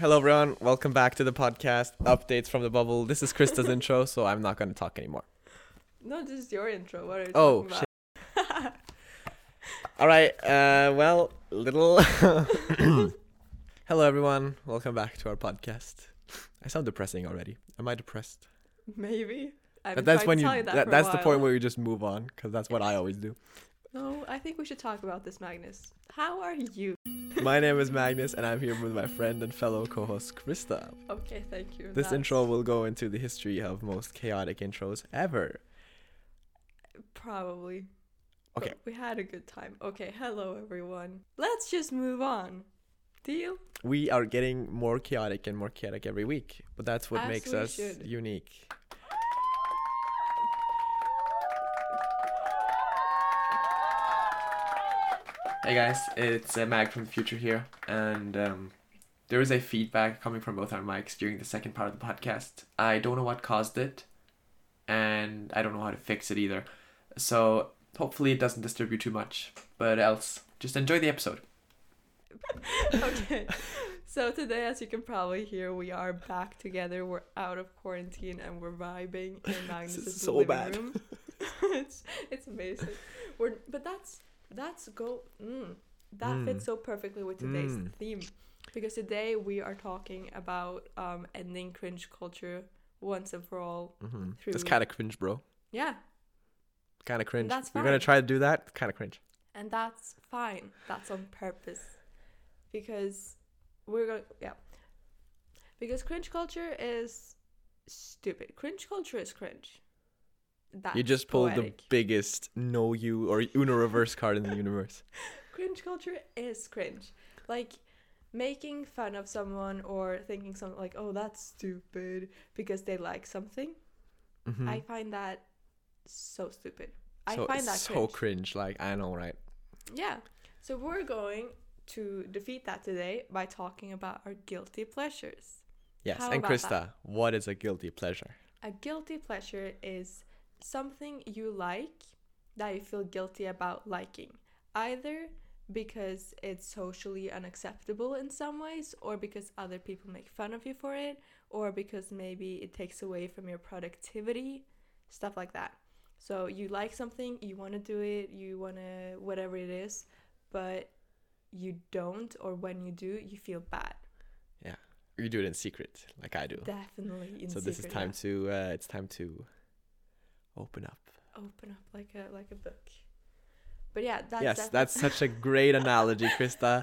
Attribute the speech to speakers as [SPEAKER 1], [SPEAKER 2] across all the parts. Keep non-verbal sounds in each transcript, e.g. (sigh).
[SPEAKER 1] Hello, everyone. Welcome back to the podcast. Updates from the bubble. This
[SPEAKER 2] (laughs)
[SPEAKER 1] is Krista's intro, so I'm not going to talk anymore.
[SPEAKER 2] No, this is your intro. What are you
[SPEAKER 1] Oh,
[SPEAKER 2] talking about?
[SPEAKER 1] All right. Uh, well,
[SPEAKER 2] (laughs)
[SPEAKER 1] little. (coughs) Hello, everyone. Welcome back to our podcast. I sound depressing already. Am I depressed?
[SPEAKER 2] Maybe. I've been
[SPEAKER 1] But that's
[SPEAKER 2] trying
[SPEAKER 1] when
[SPEAKER 2] to
[SPEAKER 1] you.
[SPEAKER 2] tell that
[SPEAKER 1] that-
[SPEAKER 2] for a
[SPEAKER 1] that's the point
[SPEAKER 2] while.
[SPEAKER 1] where you just move on, because that's what I always do.
[SPEAKER 2] No, I think we should talk about this, Magnus. How are you?
[SPEAKER 1] My name is Magnus, and I'm here with my friend and fellow co-host Krista.
[SPEAKER 2] Okay, thank you.
[SPEAKER 1] This
[SPEAKER 2] That's
[SPEAKER 1] intro will go into the history of most chaotic intros ever.
[SPEAKER 2] probably.
[SPEAKER 1] Okay.
[SPEAKER 2] But we had a good time. Okay, hello everyone. Let's just move on. Deal?
[SPEAKER 1] we are getting more chaotic and more chaotic every week but that's what
[SPEAKER 2] As
[SPEAKER 1] makes
[SPEAKER 2] we
[SPEAKER 1] us
[SPEAKER 2] should.
[SPEAKER 1] unique hey guys it's uh, mag from the future here and um, there is a feedback coming from both our mics during the second part of the podcast i don't know what caused it and i don't know how to fix it either so hopefully it doesn't disturb you too much but else just enjoy the episode
[SPEAKER 2] okay. So today, as you can probably hear, we are back together. We're out of quarantine and we're
[SPEAKER 1] (laughs)
[SPEAKER 2] vibing in Magnus's
[SPEAKER 1] so
[SPEAKER 2] living
[SPEAKER 1] bad. (laughs)
[SPEAKER 2] room. it's it's amazing. We're but that's that's go mm, that
[SPEAKER 1] Mm.
[SPEAKER 2] fits so perfectly with today's
[SPEAKER 1] Mm.
[SPEAKER 2] theme because today we are talking about um, ending cringe culture once and for all.
[SPEAKER 1] mm-hmm.
[SPEAKER 2] Through-
[SPEAKER 1] that's kind of cringe bro
[SPEAKER 2] Yeah,
[SPEAKER 1] kind of cringe.
[SPEAKER 2] that's
[SPEAKER 1] We're gonna
[SPEAKER 2] fine.
[SPEAKER 1] try to do that. Kind of cringe.
[SPEAKER 2] and that's fine. That's on purpose because we're going yeah because cringe culture is stupid cringe culture is cringe that
[SPEAKER 1] you just pulled the biggest no you or Uno reverse card in the universe.
[SPEAKER 2] cringe culture is cringe like making fun of someone or thinking something like oh that's stupid because they like something
[SPEAKER 1] Mhm.
[SPEAKER 2] i find that so stupid (laughs)
[SPEAKER 1] so,
[SPEAKER 2] i find that
[SPEAKER 1] so cringe. Like I know, right?
[SPEAKER 2] Yeah. So we're going to defeat that today by talking about our guilty pleasures.
[SPEAKER 1] Yes.
[SPEAKER 2] How
[SPEAKER 1] and
[SPEAKER 2] about
[SPEAKER 1] Krista,
[SPEAKER 2] that?
[SPEAKER 1] what is a guilty pleasure?
[SPEAKER 2] A guilty pleasure is something you like that you feel guilty about liking, either because it's socially unacceptable in some ways, or because other people make fun of you for it, or because maybe it takes away from your productivity, stuff like that. So you like something, you want to do it, you want to, whatever it is, but you don't, or when you do, you feel bad.
[SPEAKER 1] You do it in secret, like I do.
[SPEAKER 2] Definitely. In
[SPEAKER 1] so this is
[SPEAKER 2] secret,
[SPEAKER 1] time
[SPEAKER 2] yeah.
[SPEAKER 1] to. Uh, it's time to open up.
[SPEAKER 2] open up like a like a book. But yeah, that's
[SPEAKER 1] yes,
[SPEAKER 2] defi-
[SPEAKER 1] that's such a great analogy,
[SPEAKER 2] (laughs)
[SPEAKER 1] Krista.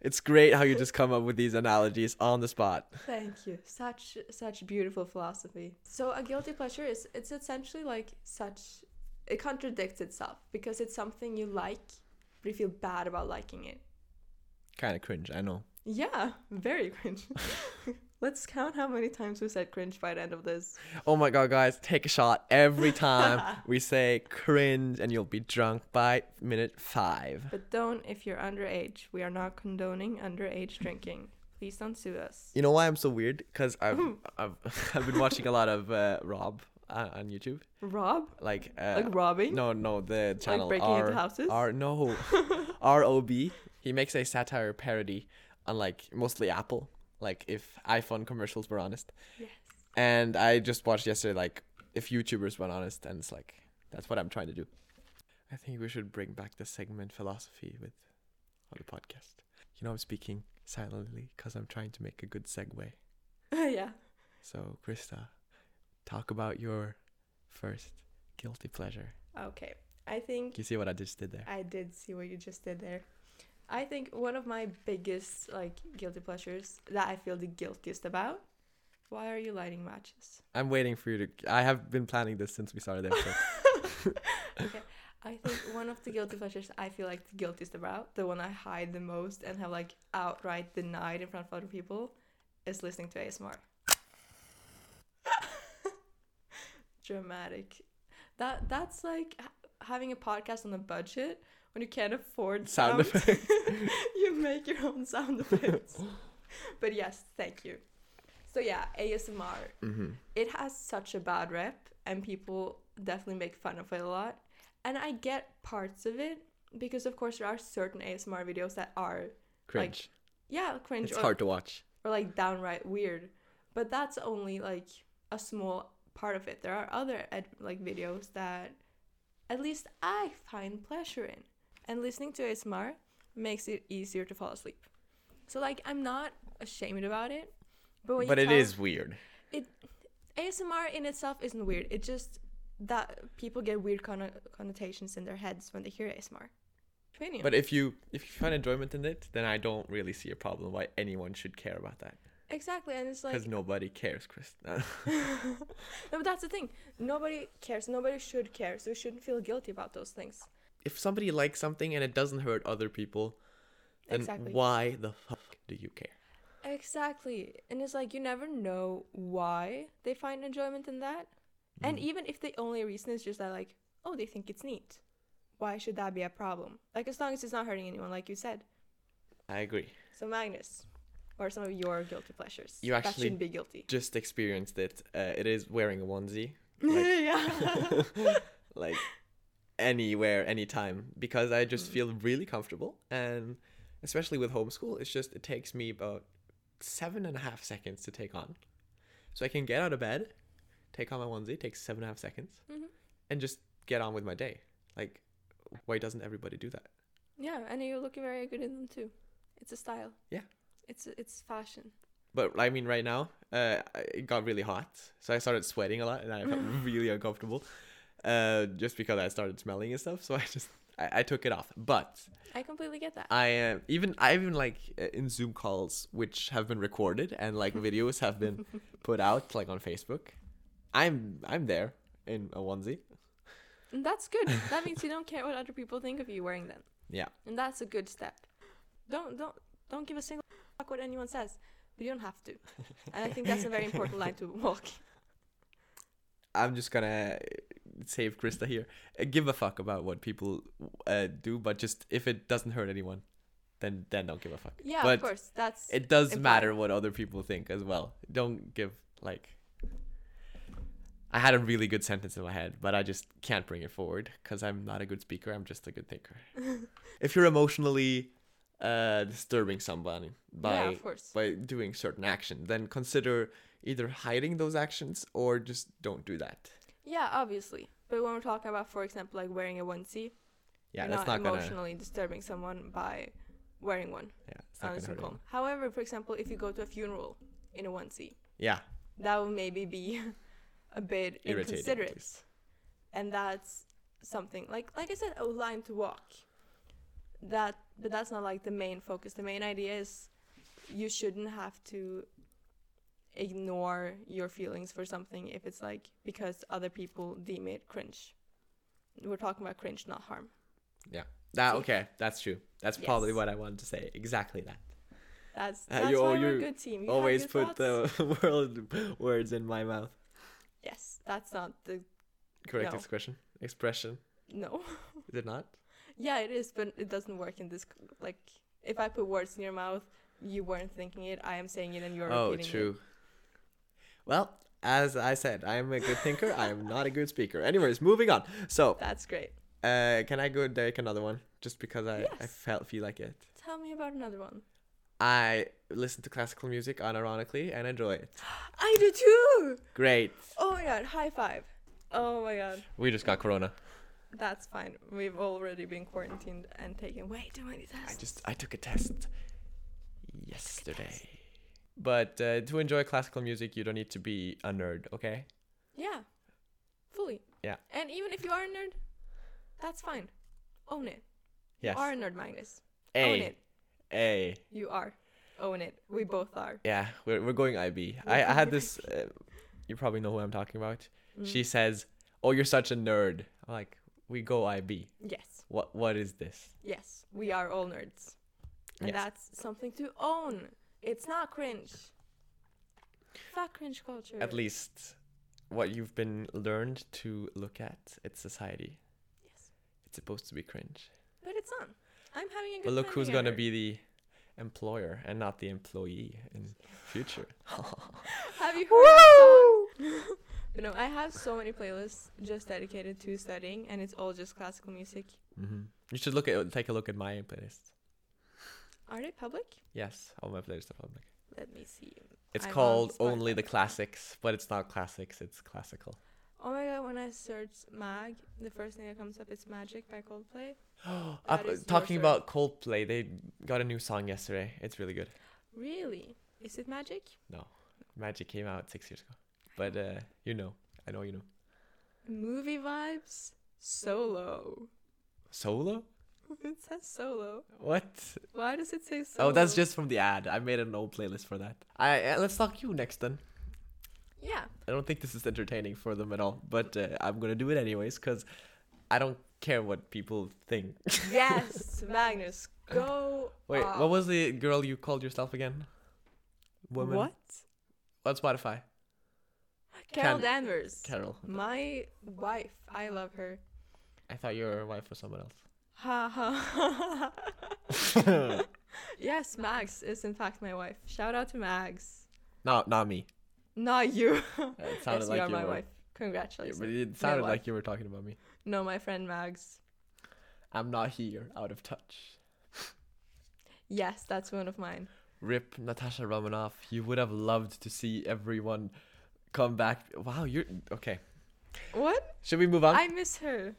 [SPEAKER 1] It's great how you just come up with these analogies on the spot.
[SPEAKER 2] Thank you. Such such beautiful philosophy. So a guilty pleasure is it's essentially like such it contradicts itself because it's something you like but you feel bad about liking it.
[SPEAKER 1] Kind of cringe, I know.
[SPEAKER 2] Yeah, very (laughs) cringe. Let's count how many times we said cringe by the end of this.
[SPEAKER 1] Oh my god, guys, take a shot every
[SPEAKER 2] (laughs)
[SPEAKER 1] time we say cringe and you'll be drunk by minute five.
[SPEAKER 2] But don't if you're underage. We are not condoning underage drinking. Please don't sue us.
[SPEAKER 1] You know why I'm so weird? Because
[SPEAKER 2] (laughs)
[SPEAKER 1] I've, I've, (laughs) I've been watching a lot of uh, Rob uh, on YouTube.
[SPEAKER 2] Rob?
[SPEAKER 1] Like, uh,
[SPEAKER 2] Like robbing?
[SPEAKER 1] No, no, the channel.
[SPEAKER 2] breaking
[SPEAKER 1] R,
[SPEAKER 2] into houses?
[SPEAKER 1] R, no. ROB. He makes a satire parody on, like, mostly Apple. Like, if iPhone commercials were honest.
[SPEAKER 2] (laughs) Yes. (laughs)
[SPEAKER 1] And I just watched yesterday, like, if YouTubers were honest. And it's like, that's what I'm trying to do. I think we should bring back the segment philosophy with on the podcast. You know, I'm speaking silently because I'm trying to make a good segue.
[SPEAKER 2] yeah.
[SPEAKER 1] So, Krista, talk about your first guilty pleasure.
[SPEAKER 2] Okay. I think
[SPEAKER 1] You see what I just did there?
[SPEAKER 2] I did see what you just did there. I think one of my biggest like guilty pleasures that I feel the guiltiest about. Why are you lighting matches?
[SPEAKER 1] I'm waiting for you to. I have been planning this since we started the episode.
[SPEAKER 2] (laughs) I think one of the guilty pleasures I feel like the guiltiest about, the one I hide the most and have like outright denied in front of other people, is listening to ASMR. (laughs) Dramatic. That that's like ha- having a podcast on a budget when you can't afford
[SPEAKER 1] Sound effects.
[SPEAKER 2] (laughs) you make your own
[SPEAKER 1] (laughs)
[SPEAKER 2] sound effects. but yes, thank you. So yeah, ASMR.
[SPEAKER 1] Mhm.
[SPEAKER 2] It has such a bad rep, and people definitely make fun of it a lot. And I get parts of it because, of course, there are certain ASMR videos that are
[SPEAKER 1] Cringe.
[SPEAKER 2] yeah cringe.
[SPEAKER 1] it's hard to watch.
[SPEAKER 2] or like downright weird. But that's only like a small part of it. There are other ed- like videos that at least I find pleasure in. And listening to ASMR makes it easier to fall asleep. So like I'm not ashamed about it. But when
[SPEAKER 1] But
[SPEAKER 2] you
[SPEAKER 1] it
[SPEAKER 2] tell-
[SPEAKER 1] is weird.
[SPEAKER 2] it ASMR in itself isn't weird. It just that people get weird conno- connotations in their heads when they hear ASMR. Opinion.
[SPEAKER 1] But if you if you find enjoyment in it, then I don't really see a problem why anyone should care about that.
[SPEAKER 2] exactly, and it's like
[SPEAKER 1] Because nobody cares, Chris.
[SPEAKER 2] (laughs)
[SPEAKER 1] (laughs)
[SPEAKER 2] no, but that's the thing. Nobody cares. Nobody should care. So we shouldn't feel guilty about those things.
[SPEAKER 1] if somebody likes something and it doesn't hurt other people, then
[SPEAKER 2] Exactly.
[SPEAKER 1] why the fuck do you care?
[SPEAKER 2] Exactly. And it's like you never know why they find enjoyment in that. And even if the only reason is just that, like, oh, they think it's neat. Why should that be a problem? Like, as long as it's not hurting anyone, like you said.
[SPEAKER 1] I agree.
[SPEAKER 2] So Magnus, what are some of your guilty pleasures?
[SPEAKER 1] You
[SPEAKER 2] that
[SPEAKER 1] actually-
[SPEAKER 2] shouldn't be guilty.
[SPEAKER 1] Just experienced it. Uh, it is wearing a onesie. (laughs) Like,
[SPEAKER 2] (laughs) yeah.
[SPEAKER 1] (laughs) like anywhere, anytime, because I just feel really comfortable. And especially with homeschool, it's just, it takes me about seven and a half seconds to take on. So I can get out of bed, take on my onesie, takes seven and a half seconds,
[SPEAKER 2] Mhm.
[SPEAKER 1] and just get on with my day. Like, why doesn't everybody do that?
[SPEAKER 2] yeah, and you look very good in them too. It's a style.
[SPEAKER 1] Yeah.
[SPEAKER 2] It's it's fashion.
[SPEAKER 1] But I mean, right now, uh, it got really hot, so I started sweating a lot, and I felt really uncomfortable, uh, just because I started smelling and stuff. So I just I, I took it off. But
[SPEAKER 2] I completely get that.
[SPEAKER 1] I am even I even like uh, in Zoom calls which have been recorded and like videos have been put out like on Facebook. I'm I'm there in a onesie.
[SPEAKER 2] And that's
[SPEAKER 1] (laughs)
[SPEAKER 2] good. that means you don't care what other people think of you wearing them.
[SPEAKER 1] Yeah.
[SPEAKER 2] And that's a good step. Don't don't don't give a single fuck what anyone says. But you don't have to. And I think that's a very important line to
[SPEAKER 1] (laughs)
[SPEAKER 2] walk.
[SPEAKER 1] I'm just gonna save Krista here. Uh, Give a fuck about what people uh, do, but just if it doesn't hurt anyone, then then don't give a fuck.
[SPEAKER 2] Yeah,
[SPEAKER 1] but
[SPEAKER 2] of course. That's
[SPEAKER 1] It does
[SPEAKER 2] Important.
[SPEAKER 1] matter what other people think as well. Don't give like. I had a really good sentence in my head, but I just can't bring it forward because I'm not a good speaker. I'm just a good
[SPEAKER 2] (laughs)
[SPEAKER 1] thinker. if you're emotionally uh, disturbing somebody by
[SPEAKER 2] yeah, of course.
[SPEAKER 1] by doing certain action, then consider either hiding those actions or just don't do that.
[SPEAKER 2] Yeah, obviously. But when we're talking about, for example, like wearing a onesie,
[SPEAKER 1] Yeah,
[SPEAKER 2] you're
[SPEAKER 1] that's
[SPEAKER 2] not,
[SPEAKER 1] not, gonna.
[SPEAKER 2] emotionally disturbing someone by wearing one
[SPEAKER 1] Yeah, it's
[SPEAKER 2] on
[SPEAKER 1] not
[SPEAKER 2] a
[SPEAKER 1] gonna
[SPEAKER 2] Zoom
[SPEAKER 1] hurt.
[SPEAKER 2] call.
[SPEAKER 1] anyone.
[SPEAKER 2] However, for example, if you go to a funeral in a onesie,
[SPEAKER 1] Yeah,
[SPEAKER 2] that would maybe be (laughs) a bit
[SPEAKER 1] Irritating, at
[SPEAKER 2] inconsiderate.
[SPEAKER 1] least.
[SPEAKER 2] And that's something like like I said, a line to walk. That but that's not like the main focus. The main idea is you shouldn't have to ignore your feelings for something if it's like because other people deem it cringe. We're talking about cringe, not harm.
[SPEAKER 1] That okay. That's true. That's probably
[SPEAKER 2] Yes.
[SPEAKER 1] what I wanted to say. Exactly that.
[SPEAKER 2] That's
[SPEAKER 1] Uh,
[SPEAKER 2] that's
[SPEAKER 1] you-
[SPEAKER 2] why
[SPEAKER 1] oh,
[SPEAKER 2] we're a
[SPEAKER 1] you
[SPEAKER 2] good team. You have
[SPEAKER 1] always
[SPEAKER 2] good
[SPEAKER 1] put
[SPEAKER 2] thoughts.
[SPEAKER 1] the (laughs) world words in my mouth.
[SPEAKER 2] yes. That's not the
[SPEAKER 1] Correct
[SPEAKER 2] No.
[SPEAKER 1] expression. Expression.
[SPEAKER 2] no. (laughs)
[SPEAKER 1] Is it not?
[SPEAKER 2] yeah, it is, but it doesn't work in this. c- Like, if I put words in your mouth, you weren't thinking it. I am saying it, and you're
[SPEAKER 1] oh,
[SPEAKER 2] repeating
[SPEAKER 1] true. Well, as I said, I am a good thinker. I am not a good speaker. Anyways, moving on. So,
[SPEAKER 2] it. That's great.
[SPEAKER 1] uh, can I go take another one? Just because I, I
[SPEAKER 2] Yes.
[SPEAKER 1] felt feel like it.
[SPEAKER 2] Tell me about another one.
[SPEAKER 1] I listen to classical music unironically and enjoy it.
[SPEAKER 2] I do too.
[SPEAKER 1] Great.
[SPEAKER 2] Oh my god! High five. Oh my god.
[SPEAKER 1] We just got corona.
[SPEAKER 2] That's fine. We've already been quarantined and taken way too many
[SPEAKER 1] I
[SPEAKER 2] tests.
[SPEAKER 1] just I took a test yesterday. But uh, to enjoy classical music, you don't need to be a nerd, okay?
[SPEAKER 2] Yeah, fully.
[SPEAKER 1] Yeah.
[SPEAKER 2] And even if you are a nerd, that's fine. Own it.
[SPEAKER 1] Yes.
[SPEAKER 2] You are a nerd, Magnus. Own
[SPEAKER 1] Hey,
[SPEAKER 2] it.
[SPEAKER 1] hey.
[SPEAKER 2] You are. Own it. We both are.
[SPEAKER 1] Yeah, we're, we're going IB. I, I had this. Uh, you probably know who I'm talking about. She says, "Oh, you're such a nerd." I'm like, "We go IB.
[SPEAKER 2] Yes.
[SPEAKER 1] What what is this?"
[SPEAKER 2] Yes, we are all nerds. And
[SPEAKER 1] Yes.
[SPEAKER 2] that's something to own. It's not cringe. Fuck cringe culture.
[SPEAKER 1] At least, what you've been learned to look at it's society.
[SPEAKER 2] Yes.
[SPEAKER 1] It's supposed to be cringe.
[SPEAKER 2] But it's not. I'm having a good
[SPEAKER 1] But look
[SPEAKER 2] time
[SPEAKER 1] who's gonna
[SPEAKER 2] here.
[SPEAKER 1] be the employer and not the employee in future.
[SPEAKER 2] Have you heard that song? (laughs) but no, I have so many playlists just dedicated to studying and it's all just classical music.
[SPEAKER 1] hmm You should look at take a look at my playlist.
[SPEAKER 2] Are they public?
[SPEAKER 1] Yes, all my playlists are public.
[SPEAKER 2] Let me see.
[SPEAKER 1] It's
[SPEAKER 2] I found
[SPEAKER 1] called
[SPEAKER 2] Spotify.
[SPEAKER 1] Only the Classics, but it's not classics, it's classical.
[SPEAKER 2] Oh my god, when I search Mag, the first thing that comes up is Magic by
[SPEAKER 1] (gasps)
[SPEAKER 2] Coldplay.
[SPEAKER 1] Up,
[SPEAKER 2] (gasps) That is your
[SPEAKER 1] talking
[SPEAKER 2] search.
[SPEAKER 1] about Coldplay, they got a new song yesterday. It's really good.
[SPEAKER 2] Really? Is it Magic?
[SPEAKER 1] Magic came out six years ago. But uh, you know, I know you know.
[SPEAKER 2] Movie vibes? Solo. (laughs)
[SPEAKER 1] Solo?
[SPEAKER 2] It says solo.
[SPEAKER 1] What?
[SPEAKER 2] Why does it say solo?
[SPEAKER 1] Oh, that's just from the ad. I made an old playlist for that. I uh, let's talk you next then.
[SPEAKER 2] Yeah.
[SPEAKER 1] I don't think this is entertaining for them at all, but uh, I'm gonna do it anyways because I don't care what people think. (laughs)
[SPEAKER 2] Yes, Magnus, go.
[SPEAKER 1] Wait,
[SPEAKER 2] off.
[SPEAKER 1] what was the girl you called yourself again? Woman
[SPEAKER 2] What?
[SPEAKER 1] on Spotify.
[SPEAKER 2] Carol
[SPEAKER 1] Can-
[SPEAKER 2] Danvers.
[SPEAKER 1] Carol.
[SPEAKER 2] My wife. I love her.
[SPEAKER 1] I thought you were a wife for someone
[SPEAKER 2] Ha ha.
[SPEAKER 1] (laughs) else.
[SPEAKER 2] (laughs) yes, Mags is in fact my wife. Shout out to Mags.
[SPEAKER 1] no, not me.
[SPEAKER 2] Not you. (laughs)
[SPEAKER 1] It
[SPEAKER 2] yes,
[SPEAKER 1] sounded like
[SPEAKER 2] you are
[SPEAKER 1] you
[SPEAKER 2] my
[SPEAKER 1] were.
[SPEAKER 2] wife.
[SPEAKER 1] Yeah,
[SPEAKER 2] Congratulations.
[SPEAKER 1] but it sounded
[SPEAKER 2] wife.
[SPEAKER 1] like you were talking about me.
[SPEAKER 2] No, my friend Mags.
[SPEAKER 1] I'm not here, out of touch.
[SPEAKER 2] Yes, that's one of mine.
[SPEAKER 1] Rip Natasha Romanoff. You would have loved to see everyone come back. Wow, you're okay.
[SPEAKER 2] What?
[SPEAKER 1] Should we move on?
[SPEAKER 2] I miss her.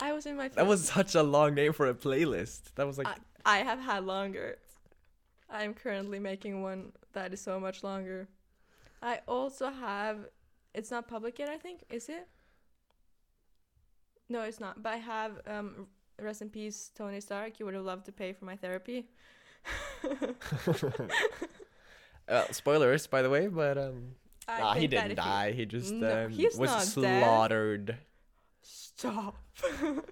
[SPEAKER 2] I was in my.
[SPEAKER 1] That
[SPEAKER 2] first-
[SPEAKER 1] was such a long name for a playlist. That was like
[SPEAKER 2] I, I have had longer. I'm currently making one that is so much longer. I also have. It's not public yet, I think. Is it? No, it's not. But I have. Um, rest in peace, Tony Stark. You would have loved to pay for my therapy.
[SPEAKER 1] (laughs) uh, spoilers, by the way. But um,
[SPEAKER 2] I
[SPEAKER 1] nah, he
[SPEAKER 2] think that
[SPEAKER 1] didn't
[SPEAKER 2] if you-
[SPEAKER 1] die. He just
[SPEAKER 2] No,
[SPEAKER 1] um,
[SPEAKER 2] he's not
[SPEAKER 1] was
[SPEAKER 2] dead.
[SPEAKER 1] slaughtered.
[SPEAKER 2] Stop.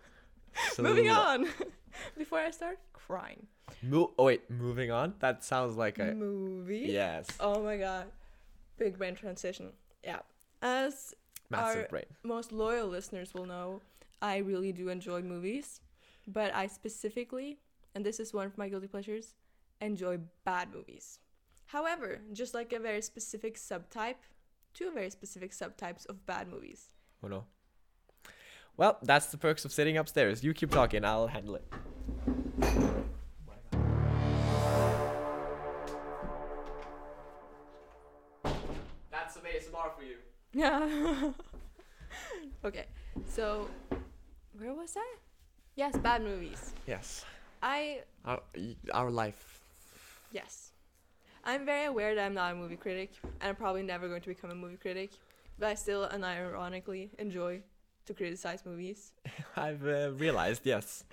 [SPEAKER 2] (laughs) Moving on. (laughs) Before I start crying.
[SPEAKER 1] Mo- oh wait, moving on. That sounds like a
[SPEAKER 2] Movie.
[SPEAKER 1] yes,
[SPEAKER 2] Oh my god. Big brain transition. Yeah. As
[SPEAKER 1] massive
[SPEAKER 2] Our-
[SPEAKER 1] brain.
[SPEAKER 2] most loyal listeners will know, I really do enjoy movies, but I specifically, and this is one of my guilty pleasures, enjoy bad movies. However, just like a very specific subtype, two very specific subtypes of bad movies. (laughs)
[SPEAKER 1] Oh no. Well, that's the perks of sitting upstairs. You keep talking, I'll handle it. That's some ASMR for you.
[SPEAKER 2] Yeah. okay, so where was I? Yes, bad movies.
[SPEAKER 1] Yes.
[SPEAKER 2] I
[SPEAKER 1] Our, y- our life.
[SPEAKER 2] Yes. I'm very aware that I'm not a movie critic, and I'm probably never going to become a movie critic, but I still unironically enjoy to criticize movies.
[SPEAKER 1] (laughs) I've uh, realized, yes.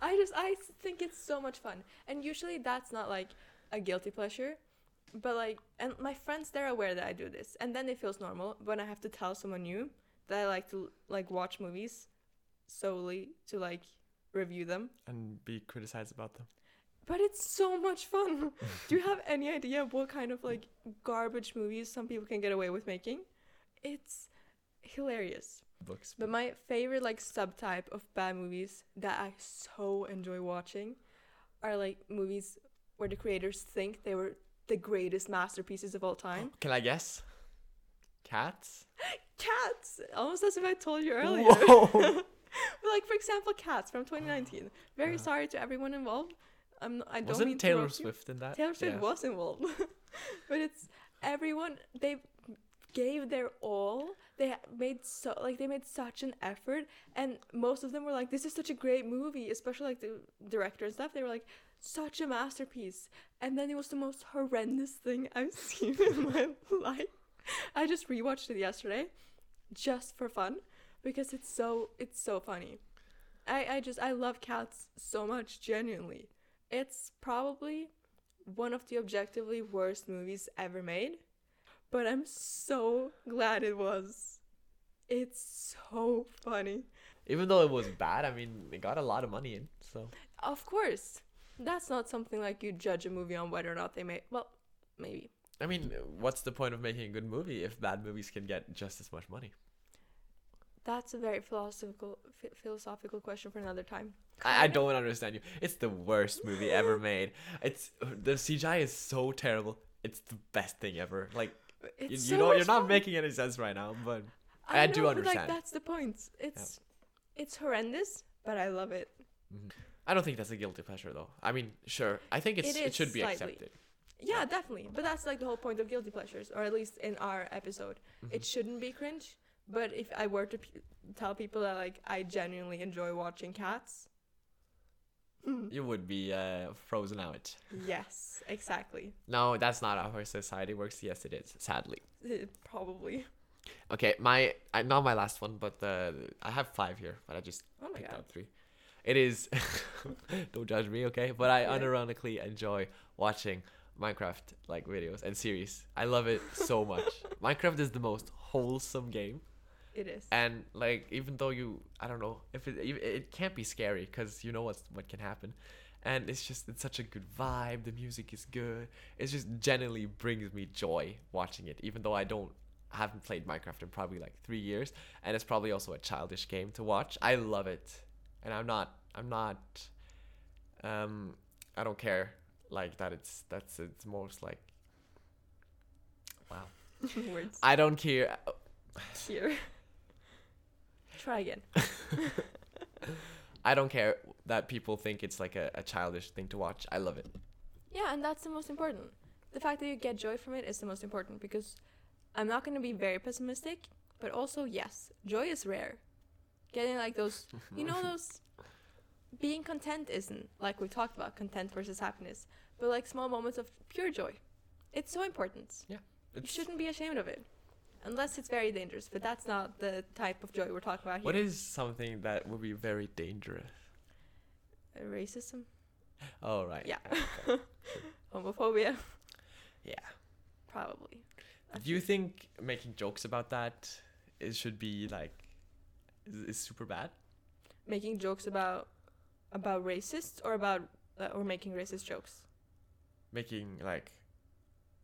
[SPEAKER 2] I just I s- think it's so much fun, and usually that's not like a guilty pleasure, but like and my friends they're aware that I do this, and then it feels normal when I have to tell someone new that I like to like watch movies solely to like review them.
[SPEAKER 1] And be criticized about them.
[SPEAKER 2] But it's so much fun. (laughs) Do you have any idea what kind of like garbage movies some people can get away with making? It's hilarious.
[SPEAKER 1] Books.
[SPEAKER 2] But my favorite like subtype of bad movies that I so enjoy watching are like movies where the creators think they were the greatest masterpieces of all
[SPEAKER 1] (gasps)
[SPEAKER 2] time.
[SPEAKER 1] Can I guess? Cats?
[SPEAKER 2] Cats, almost as if I told you earlier. (laughs)
[SPEAKER 1] (laughs) Whoa.
[SPEAKER 2] like for example, Cats from 2019. Very sorry to everyone involved. I'm not, I don't mean
[SPEAKER 1] Wasn't
[SPEAKER 2] to
[SPEAKER 1] Taylor
[SPEAKER 2] rock you.
[SPEAKER 1] Swift in that?
[SPEAKER 2] Taylor Swift
[SPEAKER 1] Yes.
[SPEAKER 2] was involved, (laughs) but it's everyone. They gave their all. They ha- made so like they made such an effort, and most of them were like, "This is such a great movie," especially like the director and stuff. They were like, "Such a masterpiece," and then it was the most horrendous thing I've (laughs) seen in my life. I just rewatched it yesterday, just for fun, because it's so it's so funny. I I just I love cats so much genuinely. It's probably one of the objectively worst movies ever made, but I'm so glad it was. It's so funny.
[SPEAKER 1] Even though it was bad, I mean, it got a lot of money in, so.
[SPEAKER 2] Of course, that's not something like you judge a movie on whether or not they made. Well, maybe.
[SPEAKER 1] I mean, what's the point of making a good movie if bad movies can get just as much money?
[SPEAKER 2] That's a very philosophical ph philosophical question for another time.
[SPEAKER 1] I, I don't understand you. It's the worst movie
[SPEAKER 2] (laughs)
[SPEAKER 1] ever made. It's the CGI is so terrible. It's the best thing ever. Like you, you
[SPEAKER 2] It's so
[SPEAKER 1] know, you're
[SPEAKER 2] much
[SPEAKER 1] not
[SPEAKER 2] fun.
[SPEAKER 1] making any sense right now, but I do
[SPEAKER 2] know, but, Like
[SPEAKER 1] understand.
[SPEAKER 2] that's the point. It's it's horrendous, but I love it.
[SPEAKER 1] I don't think that's a guilty pleasure though. I mean, sure, I think it's
[SPEAKER 2] It
[SPEAKER 1] it,
[SPEAKER 2] is
[SPEAKER 1] should be
[SPEAKER 2] slightly.
[SPEAKER 1] accepted.
[SPEAKER 2] Yeah, definitely. But that's like the whole point of guilty pleasures, or at least in our episode. It shouldn't be cringe. But if I were to p- tell people that like I genuinely enjoy watching cats,
[SPEAKER 1] You would be uh, frozen out.
[SPEAKER 2] yes, exactly, (laughs)
[SPEAKER 1] No, that's not how our society works. Yes, it is. Sadly.
[SPEAKER 2] probably.
[SPEAKER 1] Okay, my I, not my last one, but the I have five here, but I just
[SPEAKER 2] Oh my
[SPEAKER 1] picked
[SPEAKER 2] God.
[SPEAKER 1] out three. It is (laughs) don't judge me, okay? But I
[SPEAKER 2] Yeah.
[SPEAKER 1] unironically enjoy watching Minecraft like videos and series. I love it so
[SPEAKER 2] (laughs)
[SPEAKER 1] much. Minecraft is the most wholesome game,
[SPEAKER 2] It is. (laughs)
[SPEAKER 1] and like even though you I don't know if it it- it can't be scary because you know what's what can happen, and it's just it's such a good vibe. The music is good. It just generally brings me joy watching it, even though I don't I haven't played Minecraft in probably like three years, and it's probably also a childish game to watch. I love it, and I'm not I'm not um I don't care like that. It's that's it's most like wow.
[SPEAKER 2] Words
[SPEAKER 1] I don't care.
[SPEAKER 2] here. (laughs) Try again.
[SPEAKER 1] I don't care that people think it's like a, a childish thing to watch. I love it.
[SPEAKER 2] Yeah, and that's the most important. The fact that you get joy from it is the most important because I'm not going to be very pessimistic, but also, yes, joy is rare. Getting like those, you
[SPEAKER 1] (laughs)
[SPEAKER 2] know, those being content isn't like we talked about content versus happiness, but like small moments of pure joy. It's so important.
[SPEAKER 1] Yeah.
[SPEAKER 2] You shouldn't be ashamed of it unless it's very dangerous, but that's not the type of joy we're talking about here.
[SPEAKER 1] What is something that would be very dangerous?
[SPEAKER 2] Uh, Racism?
[SPEAKER 1] Oh right.
[SPEAKER 2] Yeah. (laughs) Homophobia?
[SPEAKER 1] Yeah.
[SPEAKER 2] Probably.
[SPEAKER 1] Do you think making jokes about that it should be like is, is super bad?
[SPEAKER 2] making jokes about about racists or about uh, or making racist jokes
[SPEAKER 1] Making like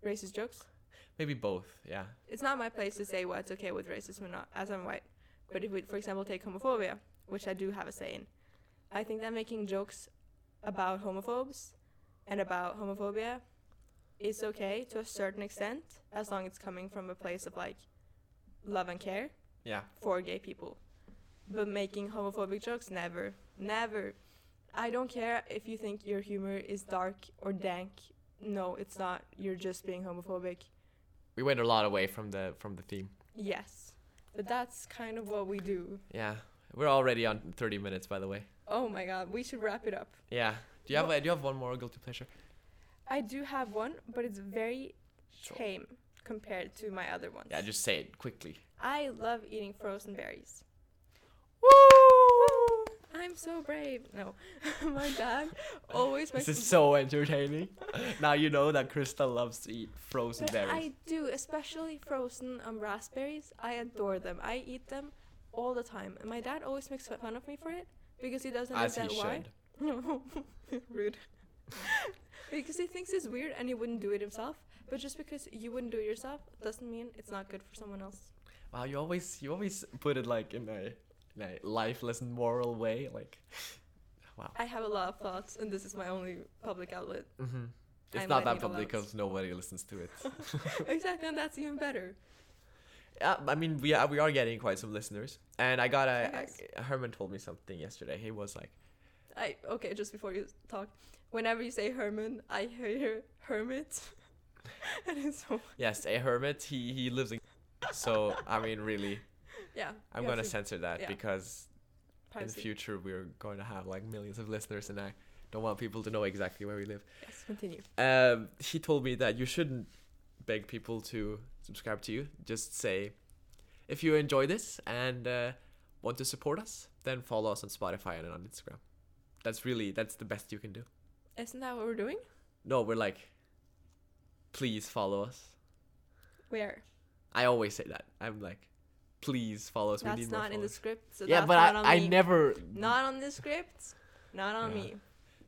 [SPEAKER 2] racist jokes
[SPEAKER 1] maybe both. Yeah.
[SPEAKER 2] it's not my place to say what's okay with racism or not as i'm white but if we for example take homophobia which i do have a say in i think that making jokes about homophobes and about homophobia is okay to a certain extent as long as it's coming from a place of like love and care
[SPEAKER 1] Yeah.
[SPEAKER 2] for gay people. But making homophobic jokes, never. Never. I don't care if you think your humor is dark or dank. No, it's not. You're just being homophobic.
[SPEAKER 1] We went a lot away from the from the theme.
[SPEAKER 2] Yes. But that's kind of what we do.
[SPEAKER 1] Yeah. We're already on 30 minutes by the way.
[SPEAKER 2] Oh my god, we should wrap it up.
[SPEAKER 1] Yeah. Do you have a, do you have one more guilty pleasure?
[SPEAKER 2] I do have one, but it's very tame compared to my other ones.
[SPEAKER 1] Yeah, just say it quickly.
[SPEAKER 2] I love eating frozen berries.
[SPEAKER 1] Woo!
[SPEAKER 2] I'm so brave. No, (laughs) my dad always makes
[SPEAKER 1] This is so entertaining. (laughs) now you know that Krista loves to eat frozen
[SPEAKER 2] But
[SPEAKER 1] berries.
[SPEAKER 2] I do, especially frozen um, raspberries. I adore them. I eat them all the time. And my dad always makes fun of me for it because he doesn't
[SPEAKER 1] As he
[SPEAKER 2] understand why.
[SPEAKER 1] should.
[SPEAKER 2] (laughs) Rude. because he thinks it's weird and he wouldn't do it himself. But just because you wouldn't do it yourself doesn't mean it's not good for someone else.
[SPEAKER 1] Wow, you always you always put it like in a in a life lesson moral way, like wow.
[SPEAKER 2] I have a lot of thoughts, and this is my only public outlet. (laughs)
[SPEAKER 1] Mm-hmm. It's
[SPEAKER 2] I'm letting
[SPEAKER 1] not that
[SPEAKER 2] it
[SPEAKER 1] public
[SPEAKER 2] out.
[SPEAKER 1] because nobody listens to it. (laughs)
[SPEAKER 2] exactly, and that's even better.
[SPEAKER 1] yeah, Uh, I mean we are we are getting quite some listeners, and I got
[SPEAKER 2] Hi,
[SPEAKER 1] a,
[SPEAKER 2] guys.
[SPEAKER 1] a Herman told me something yesterday. He was like,
[SPEAKER 2] I okay, just before you talk, whenever you say Herman, I hear hermit, (laughs) and it's so
[SPEAKER 1] "Yes, a hermit. He he lives in." (laughs) so I mean, really,
[SPEAKER 2] yeah.
[SPEAKER 1] I'm
[SPEAKER 2] you have
[SPEAKER 1] gonna
[SPEAKER 2] to
[SPEAKER 1] censor that
[SPEAKER 2] yeah.
[SPEAKER 1] because in
[SPEAKER 2] privacy.
[SPEAKER 1] the future we're going to have like millions of listeners, and I don't want people to know exactly where we live.
[SPEAKER 2] Yes, continue.
[SPEAKER 1] um, he told me that you shouldn't beg people to subscribe to you. Just say, if you enjoy this and uh, want to support us, then follow us on Spotify and on Instagram. That's really that's the best you can do.
[SPEAKER 2] Isn't that what we're doing?
[SPEAKER 1] No, we're like, please follow us.
[SPEAKER 2] Where?
[SPEAKER 1] I always say that. I'm like, please follow us. we
[SPEAKER 2] that's
[SPEAKER 1] need more
[SPEAKER 2] not in the
[SPEAKER 1] followers."
[SPEAKER 2] script. So
[SPEAKER 1] yeah,
[SPEAKER 2] that's
[SPEAKER 1] but
[SPEAKER 2] not on
[SPEAKER 1] I, I
[SPEAKER 2] me.
[SPEAKER 1] never
[SPEAKER 2] Not on the script. Not on
[SPEAKER 1] Yeah.
[SPEAKER 2] me.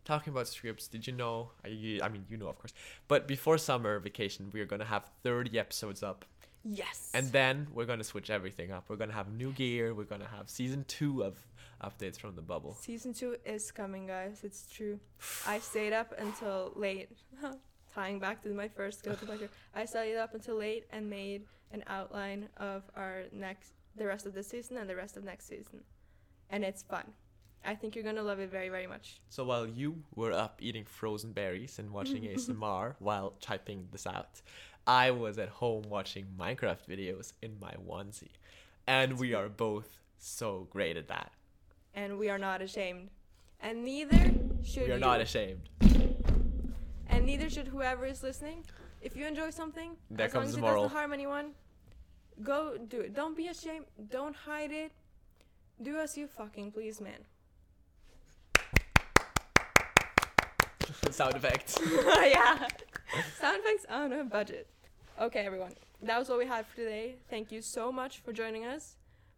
[SPEAKER 1] talking about scripts did you know I, you- I mean you know of course but before summer vacation we are going to have 30 episodes up
[SPEAKER 2] Yes.
[SPEAKER 1] And then we're gonna switch everything up. We're gonna have new gear. We're gonna have season two of updates from the
[SPEAKER 2] (laughs)
[SPEAKER 1] bubble.
[SPEAKER 2] season two is coming, guys. It's true.
[SPEAKER 1] (sighs)
[SPEAKER 2] I stayed up until late. (laughs) Tying back to my first go to pleasure, I stayed up until late and made an outline of our next, the rest of the season and the rest of next season, and it's fun. I think you're gonna love it very, very much.
[SPEAKER 1] So while you were up eating frozen berries and watching ASMR while typing this out, I was at home watching Minecraft videos in my onesie. And we are both so great at that.
[SPEAKER 2] And we are not ashamed. And neither should
[SPEAKER 1] We are
[SPEAKER 2] you.
[SPEAKER 1] not ashamed. (laughs)
[SPEAKER 2] and neither should whoever is listening. If you enjoy something,
[SPEAKER 1] There
[SPEAKER 2] as long as
[SPEAKER 1] comes the
[SPEAKER 2] it
[SPEAKER 1] moral.
[SPEAKER 2] doesn't harm anyone, go do it. Don't be ashamed. Don't hide it. Do as you fucking please, man.
[SPEAKER 1] Sound effects.
[SPEAKER 2] yeah. (laughs) Sound effects on a budget. Okay, everyone. That was all we had for today. Thank you so much for joining us.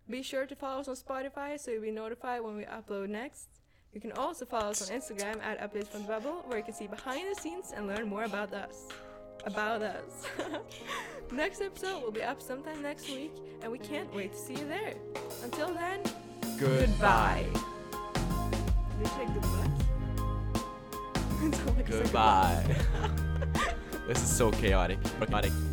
[SPEAKER 2] Be sure to follow us on Spotify so you'll be notified when we upload next. You can also follow us on Instagram at Updates from the Bubble, where you can see behind the scenes and learn more about us. About us. (laughs) next episode will be up sometime next week, and we can't wait to see you there. Until then, goodbye. Did (laughs) you say goodbye? It sounded like I said
[SPEAKER 1] (laughs) Goodbye. this is so chaotic. Chaotic.